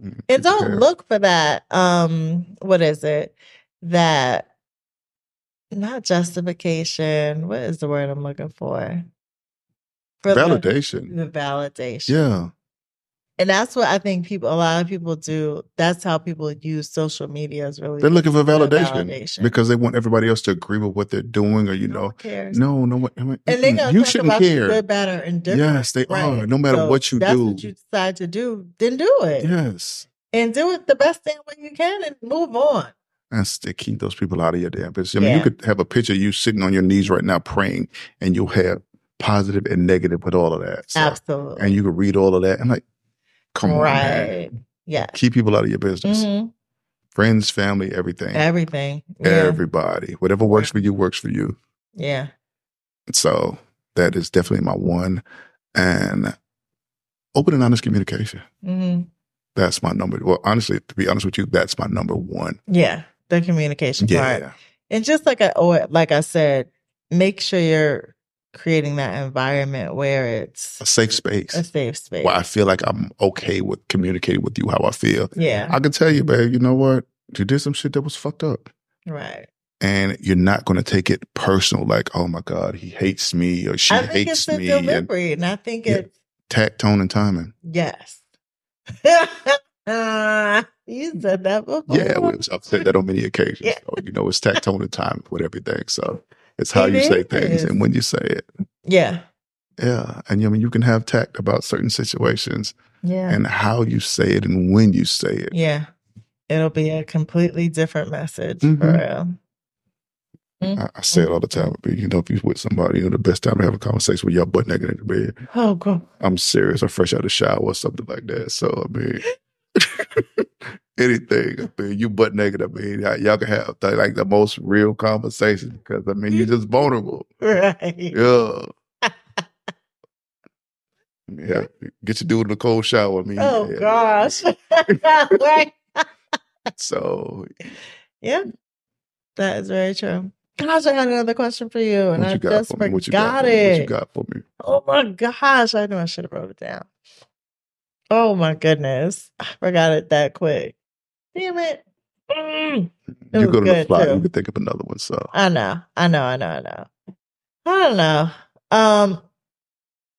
mm,
And don't
care.
look for that. Um, what is it? That not justification. What is the word I'm looking for? For the,
validation.
the validation.
Yeah.
And that's what I think people, a lot of people do. That's how people use social media is really
They're looking for
for
validation,
validation.
because they want everybody else to agree with what they're doing or you
No
know,
one cares.
no, no what I mean,
And they
mm-mm.
gonna
you
talk
shouldn't
about you
care.
good, better, and different.
Yes, they
Right.
are. No matter
So
what you
that's
do.
what you decide to do, then do it.
yes.
And do it the best damn way you can and move on.
and st- keep those people out of your damn business. I mean,
Yeah.
you could have a picture of you sitting on your knees right now praying, and you'll have positive and negative with all of that. So-
Absolutely.
And you can read all of that. and like, come on, man.
right. Yeah.
Keep people out of your business.
Mhm.
Friends, family, everything.
Everything. Yeah.
Everybody. Whatever works for you, works for you.
yeah.
So that is definitely my one. And open and honest communication.
hmm
That's my number. Well, honestly, to be honest with you, that's my number one.
Yeah. The communication part.
Yeah.
And just like I or like I said, make sure you're creating that environment where it's
A safe space.
a safe space.
where I feel like I'm okay with communicating with you how I feel.
Yeah.
I can tell you, babe, you know what? You did some shit that was fucked up.
Right.
And you're not going to take it personal, like, oh my God, he hates me or she
I think
hates
it's the
me. And
delivery, and I think
Yeah.
it's
tact, tone, and timing.
Yes. you said that before.
Yeah, we've I've said that on many occasions.
Oh, Yeah.
So, you know, it's tact, tone, and timing with everything. So it's how
It
you say things
is.
and when you say it.
Yeah.
Yeah. And I mean, you can have tact about certain situations
Yeah.
and how you say it and when you say it.
yeah. It'll be a completely different message for
Mhm.
real.
I, I say it all the time. But you know, if you're with somebody, you know, the best time to have a conversation with your butt naked in the bed.
Oh, God.
I'm serious. I'm fresh out of the shower or something like that. So I mean, anything. I mean, you butt naked. I mean, y- y'all can have the, like the most real conversation because I mean, you're just vulnerable.
Right.
Yeah. Yeah. Get your dude in a cold shower. I mean,
Oh
yeah.
gosh. right.
So
Yeah. That is very true. Gosh, I had another question for you, and
what
I
you got
just
for me?
forgot
What you got for me? What you
it.
got for me?
Oh my gosh, I knew I should have wrote it down. Oh my goodness. I forgot it that quick. Damn it. Mm.
you
It was
go to the
good,
fly.
too.
You can think of another one. So
I know. I know. I know. I know. I don't know. Um,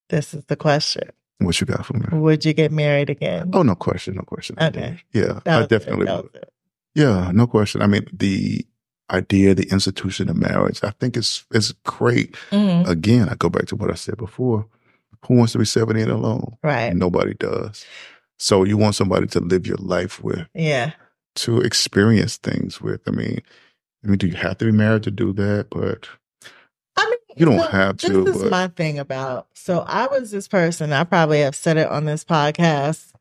this is the question.
what you got for me?
Would you get married again?
Oh, no question. No question.
Okay.
Yeah,
That
I
was it,
definitely
that
would.
was it.
Yeah, no question. I mean, the idea, the institution of marriage, I think it's it's great.
Mhm.
Again, I go back to what I said before. Who wants to be 70 and alone?
Right.
Nobody does. So you want somebody to live your life with,
Yeah.
to experience things with. I mean, I mean, do you have to be married to do that? But
I mean,
you don't
so
have to.
This is
But
my thing about. So I was this person. I probably have said it on this podcast.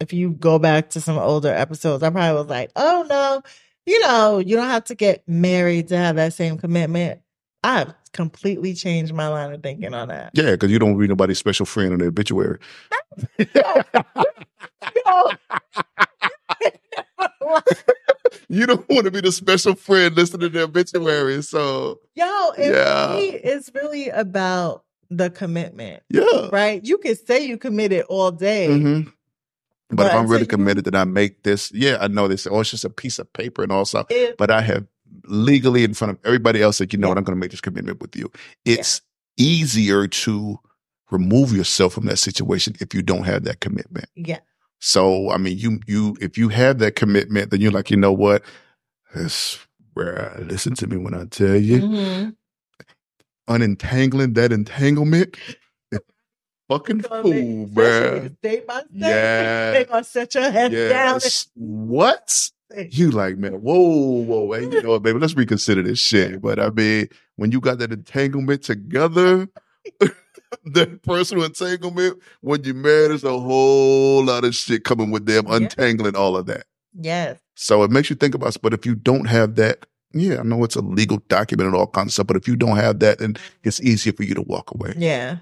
If you go back to some older episodes, I probably was like, "Oh no, you know, you don't have to get married to have that same commitment." I've completely changed my line of thinking on that.
yeah, because you don't read nobody's special friend in the obituary.
No.
you don't want to be the special friend listening to the obituary. So
Yo, it
Yeah.
really- it's really about the commitment,
yeah.
right? You could say you committed all day.
Mhm. But,
But
if I'm
until
really
you-
committed that I make this, yeah, I know this. Oh, it's just a piece of paper and all stuff.
It-
But I have legally in front of everybody else that you know
Yeah.
what I'm going to make this commitment with you. It's easier to remove yourself from that situation if you don't have that commitment.
yeah,
So I mean, you you if you have that commitment, then you're like, you know what? It's where listen to me when I tell you
Mhm.
unentangling that entanglement. Fucking fool,
Especially
man.
State by state,
Yeah.
they gonna set your head down.
Yes. What? You like, man, whoa, whoa, hey, you know what, baby, let's reconsider this shit. But I mean, when you got that entanglement together, that personal entanglement, when you married, there's a whole lot of shit coming with them,
Yeah.
untangling all of that.
Yes,
So it makes you think about, but if you don't have that, yeah, I know it's a legal document and all kinds of stuff, but if you don't have that, then it's easier for you to walk away.
yeah,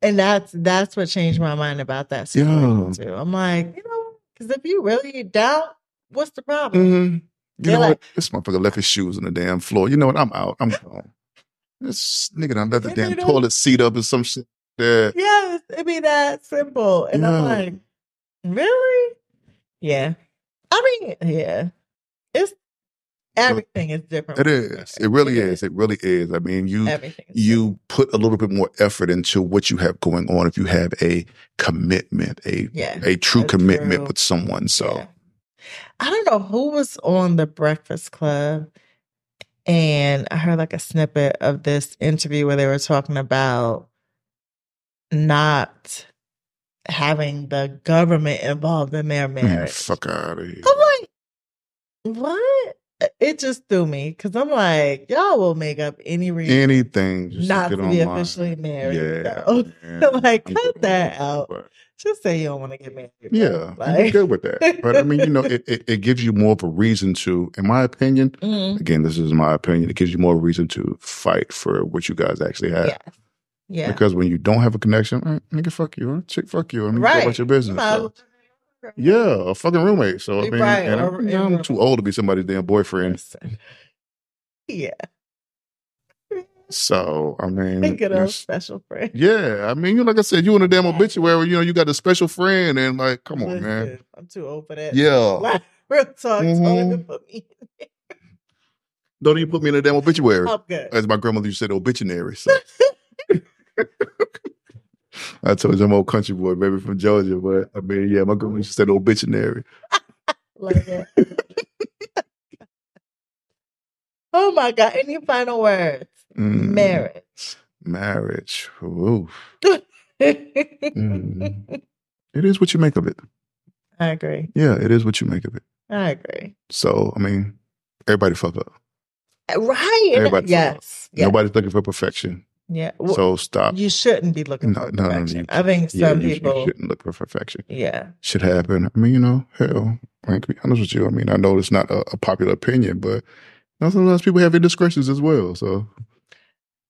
and that's that's what changed my mind about that situation too. I'm like, you know, because if you really doubt, what's the problem?
Mhm. You
They're
know
like-
what? This motherfucker left his shoes on the damn floor. You know what? I'm out. I'm gone. This nigga done left the
You
damn
know-
toilet seat up and some shit. Yeah.
Yes, it'd be that simple. And I'm
Yeah.
like, really? Yeah. I mean, yeah. It's everything is different.
It
with
is.
marriage.
It really is. It really is. I mean, you
Everything. is
you put a little bit more effort into what you have going on if you have a commitment, a
different. Yeah.
a true
A
commitment
true-
with someone. So
yeah. I don't know who was on the Breakfast Club, and I heard like a snippet of this interview where they were talking about not having the government involved in their
man,
marriage.
fuck out of here.
I'm like, what? It just threw me because I'm like, y'all will make up any reason
Anything just
not
to
to
get
be
online.
officially married.
Yeah.
So,
man.
like,
I'm
cut
good with
that
it.
out.
But-
just say you don't want to get married. bro.
Yeah, I'm
like,
good with that. But I mean, you know, it, it, it gives you more of a reason to, in my opinion,
mm,
again, this is my opinion, it gives you more reason to fight for what you guys actually have.
yeah, yeah,
Because when you don't have a connection, eh, nigga, fuck you, eh, chick, fuck you. I mean,
right.
go about your business.
You might
so.
as well-
Yeah, a fucking roommate. So I mean,
Right,
and
or-
I, am too old to be somebody's damn boyfriend.
Listen. Yeah,
So I mean,
a good old
it's-
special friend.
yeah, I mean, you like I said, you in a damn
Yeah.
obituary. You know, you got a special friend, and like, come on, man.
Listen, I'm too old for that.
Yeah,
Like, real talk. it's all good
Mhm.
for me.
don't even put me in a damn obituary.
I'm good.
as my grandmother used to say, obituary. So I told you I'm an old country boy, baby from Georgia, but I mean, yeah, my grandma used to say the obituary.
Like that. oh my God. Any final words?
Mm,
Marriage.
Marriage. Oof. Mm.
I
It is what you make of it.
agree.
Yeah, it is what you make of it.
I agree.
So, I mean, everybody fuck up.
Right. and-
Everybody's
yes. Yeah.
Nobody's looking for perfection.
yeah. Well,
so stop.
you shouldn't be looking
uh, No,
for
no, no,
perfection.
you-
I think
yeah,
some
you, you
people.
shouldn't look for perfection.
yeah.
Should happen. I mean, you know, hell, I to be honest with you. I mean, I know it's not a, a popular opinion, but you know, sometimes people have indiscretions as well. So,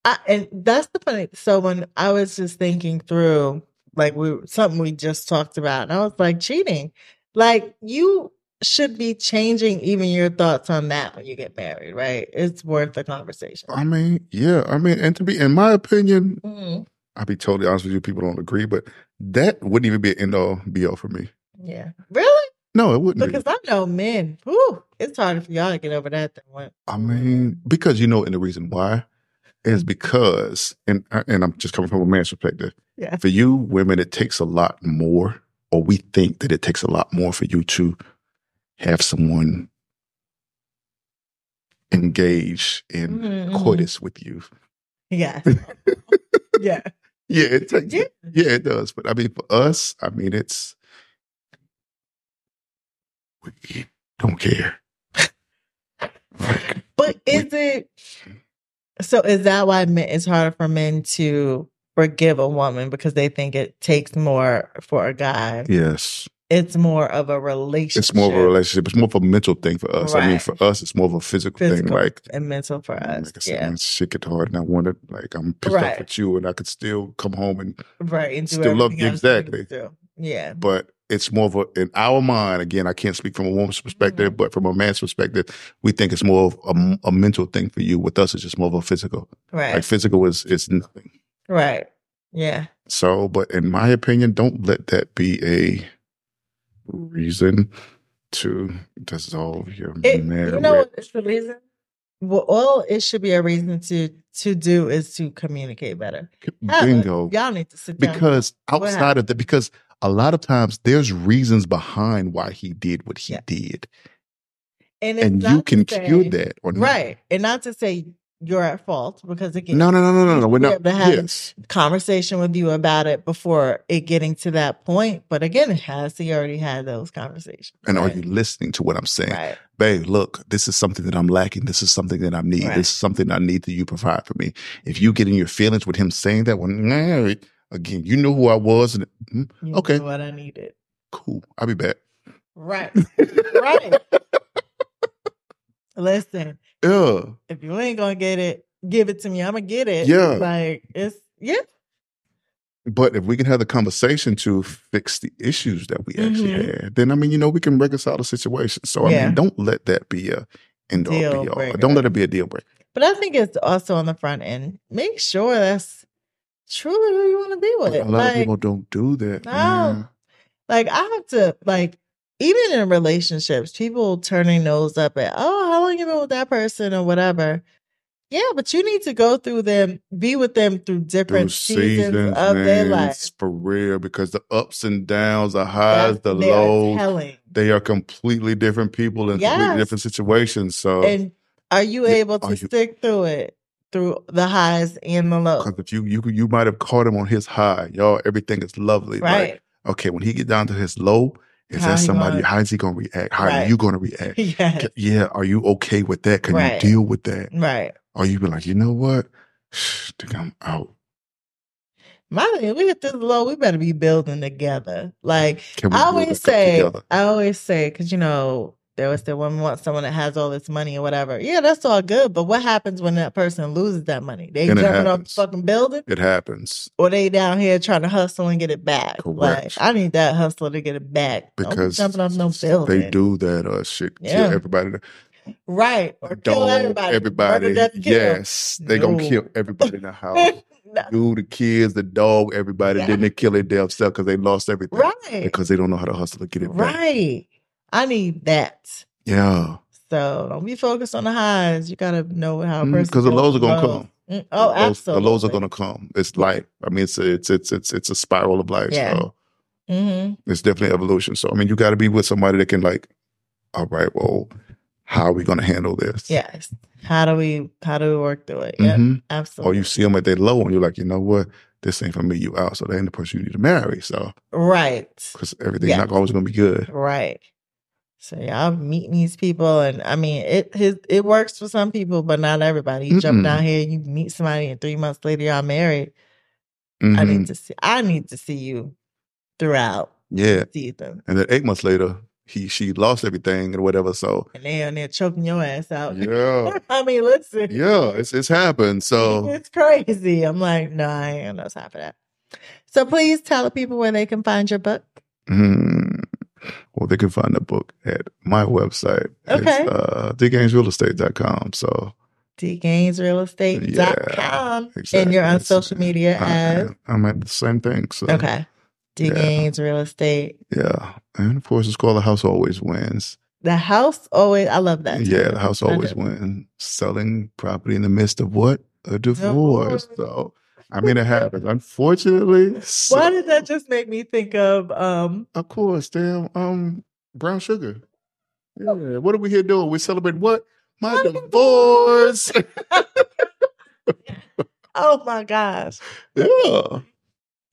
I, and that's the funny. So when I was just thinking through like we something we just talked about. And I was like, cheating. Like you should be changing even your thoughts on that when you get married, right? It's worth the conversation.
I mean, yeah. I mean, and to be, in my opinion,
Mhm.
I'll be totally honest with you. People don't agree, but that wouldn't even be an end all be all for me.
Yeah. Really?
No, it wouldn't.
Because
be.
I know men. Whew, it's harder for y'all to get over that than what
I mean, because you know, and the reason why is because, and and I'm just coming from a man's perspective.
Yeah.
For you women, it takes a lot more, or we think that it takes a lot more for you to have someone engage in
Mhm, mhm.
coitus with you.
mm-hmm. Yeah. yeah.
Yeah, it takes.
Yeah.
Yeah, it does. But I mean, for us, I mean, it's we don't care. Like,
But is it so is that why men it's harder for men to forgive a woman because they think it takes more for a guy?
yes,
It's more of a relationship.
it's more of a relationship. It's more of a mental thing for us. I mean,
Right.
for us, it's more of a physical, thing.
Physical
Like,
and mental for us.
like I said,
yeah.
man, shit get hard, and I want to like I'm pissed
Right.
off at you, and I could still come home, and
Right. And do
Still love
everything
you
else that
exactly.
we do. Yeah.
but. It's more of a, in our mind, again, I can't speak from a woman's
Mm-hmm.
perspective, but from a man's perspective, we think it's more of a, a mental thing for you. With us, it's just more of a physical.
Right.
Like physical is is nothing.
right. Yeah.
So, but in my opinion, don't let that be a reason to dissolve your
It,
marriage.
you know what it's the reason? Well, all it should be a reason to to do is to communicate better. Have a-
Bingo.
Y'all need to sit down.
Because
What
outside
happened?
of that, because a lot of times there's reasons behind why he did what he
Yeah.
did,
and, it's
and
not
you
to
can
say-
cure that or not.
Right. And not to say you're at fault because again,
No, no, no, no, no,
You
no. We're
should
not.
be able to have-
Yes,
conversation with you about it before it getting to that point. But again, has he already had those conversations?
and are
right?
you listening to what I'm saying?
right?
babe, look, this is something that I'm lacking. This is something that I need.
Right. Mm-hmm.
This is something I need that you provide for me. If you get in your feelings with him saying that, well, nah, again, you know who I was. And, mm,
You
Okay.
knew what I needed.
cool, I'll be back.
Right. right. Listen,
Yeah.
if you ain't gonna get it, give it to me. I'm gonna get it.
Yeah.
Like it's yeah.
But if we can have the conversation to fix the issues that we actually
Mhm.
had, then I mean, you know, we can reconcile the situation. So I
Yeah.
mean, don't let that be a end all
Deal
be all.
breaker.
Don't let it be a deal breaker.
But I think it's also on the front end. Make sure that's truly who you want to be with.
But a lot
like,
of people don't do that.
No.
man.
Oh, like I have to like even in relationships, people turning nose up at oh, how long you been with that person or whatever. Yeah, but you need to go through them, be with them through
Through
different
seasons,
seasons, of their
man,
life.
it's for real, because the ups and downs, the highs,
That's-
the
they are
lows,
telling.
they are completely different people in
Yes.
completely different situations. So,
And are you
uh, Yeah,
able to
are you-
stick through it through the highs and the lows?
because if you you you might have caught him on his high, y'all, everything is lovely.
Right.
Like, okay, when he get down to his low, is
How
that
he
somebody?
gonna-
how is he going to react? How
Right.
are you going to react?
yes.
Ca- Yeah, are you okay with that? Can
Right.
you deal with that?
Right.
Or you be like, you know what? think I'm out.
My thing, we hit this low, we better be building together. Like
Can we
I
build
always
back up
say,
together?
I always say, because you know, there was the woman wants someone that has all this money or whatever. Yeah, that's all good, but what happens when that person loses that money? They
And it
jumping off the
happens.
fucking building,
It happens
or they down here trying to hustle and get it back. Like
Correct.
I need that hustler to get it back. Don't be
because
jumping off no building,
they do that or shit.
Yeah.
Kill everybody.
right? Or kill
Dog
everybody. Murder, death, kill.
Yes, they gonna
No.
kill everybody in the house.
No.
do the kids, the dog, everybody. Then they kill their damn self because they lost everything.
Right,
Because they don't know how to hustle to get it back.
right. I need that.
Yeah.
So don't be focused on the highs. You gotta know how a
Mhm,
person
'cause the lows are gonna
come.
the
Oh,
lows,
absolutely.
The lows are gonna come. It's life. I mean, it's a, it's it's it's it's a spiral of life.
Yeah.
So
hmm
it's definitely evolution. So I mean, you got to be with somebody that can like, all right, well, how are we gonna handle this?
Yes. How do we how do we work through it? Yeah,
hmm Or
absolutely.
you see them at their low, and you're like, you know what? This ain't for me. You out. So they ain't the person you need to marry. So
right.
because everything's
Yeah.
not always gonna be good.
Right. So y'all meeting these people and I mean it his it works for some people, but not everybody. You jump
Mm-mm.
down here, you meet somebody and three months later y'all married. I
Mhm.
need to see I need to see you throughout
Yeah.
the season.
And then eight months later, he she lost everything and whatever. So
And they on there choking your ass out.
yeah,
I mean, listen.
yeah, it's it's happened. So
it's crazy. I'm like, no, I ain't got no time for that. So please tell the people where they can find your book.
Mm. Well, they can find the book at my website.
Okay.
It's uh, dgangsrealestate.com. So,
dgainsrealestate.com.
exactly.
And you're on
It's-
social media as.
I, I'm at the same thing. So,
Okay. D
Yeah.
Gaines Real Estate.
yeah. And of course, it's called The House Always Wins.
The house always, I love that.
yeah,
title.
the house
I
always
do.
wins. Selling property in the midst of what? A divorce.
Divorce.
So, I mean, it happens. Unfortunately, so-
Why did that just make me think of um
Of course, damn. Um, brown sugar. Yeah. What are we here doing? We celebrate what? My divorce.
oh my gosh.
yeah.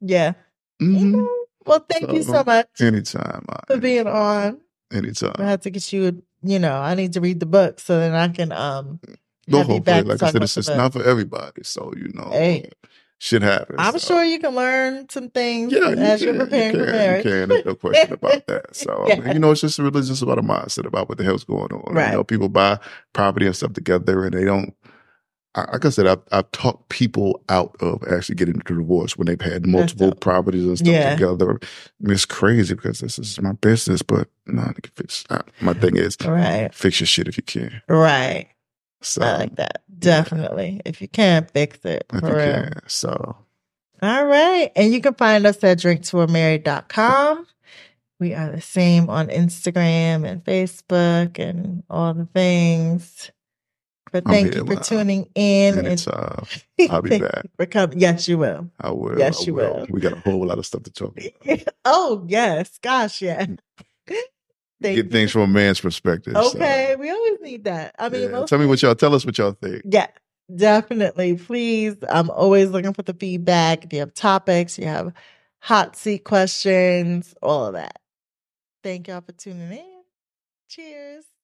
Yeah.
Mhm.
Well, thank you so
So- Uh,
much
Anytime. I-
for being on. I
Anytime.
have to get you, you know, I need to read the book so then I can um
Go
Happy
hopefully.
back to
Like I
talk
said,
about
it's, it's
the book.
not for everybody. So, you know,
Hey.
shit happens.
I'm
so.
sure you can learn some things
uh, Yeah, you
as
can,
you're preparing
you
for
can,
marriage.
You can. There's no question about that. So I mean,
Yeah.
you know, it's just really just about a mindset about what the hell's going on.
Right.
You know, people buy property and stuff together, and they don't. I- Like I said, I've, I've talked people out of actually getting into divorce when they've had multiple
dope.
properties and stuff
Yeah.
together. I mean, it's crazy because this is my business, but no, I can fix. I- My thing is
Right.
fix your shit if you can.
Right.
So
I like that. Definitely. If you can fix it.
if
Uh, For
you
real.
can, so
All right. And you can find us at drinktoamarried.com. We are the same on Instagram and Facebook and all the things. But
I'm
thank
here
you for
now.
tuning in.
and
and
it's uh, I'll be
thank
back.
you For coming. Yes, you will.
I will.
Yes,
I
you will.
We got a whole lot of stuff to talk about.
oh, yes. Gosh, yeah. Thank
get
you.
things from a man's perspective. so,
Okay. We always need that. I mean,
yeah.
most
tell me what y'all tell us what y'all think.
Yeah, definitely. Please, I'm always looking for the feedback. If you have topics, you have hot seat questions, all of that. Thank y'all for tuning in. Cheers.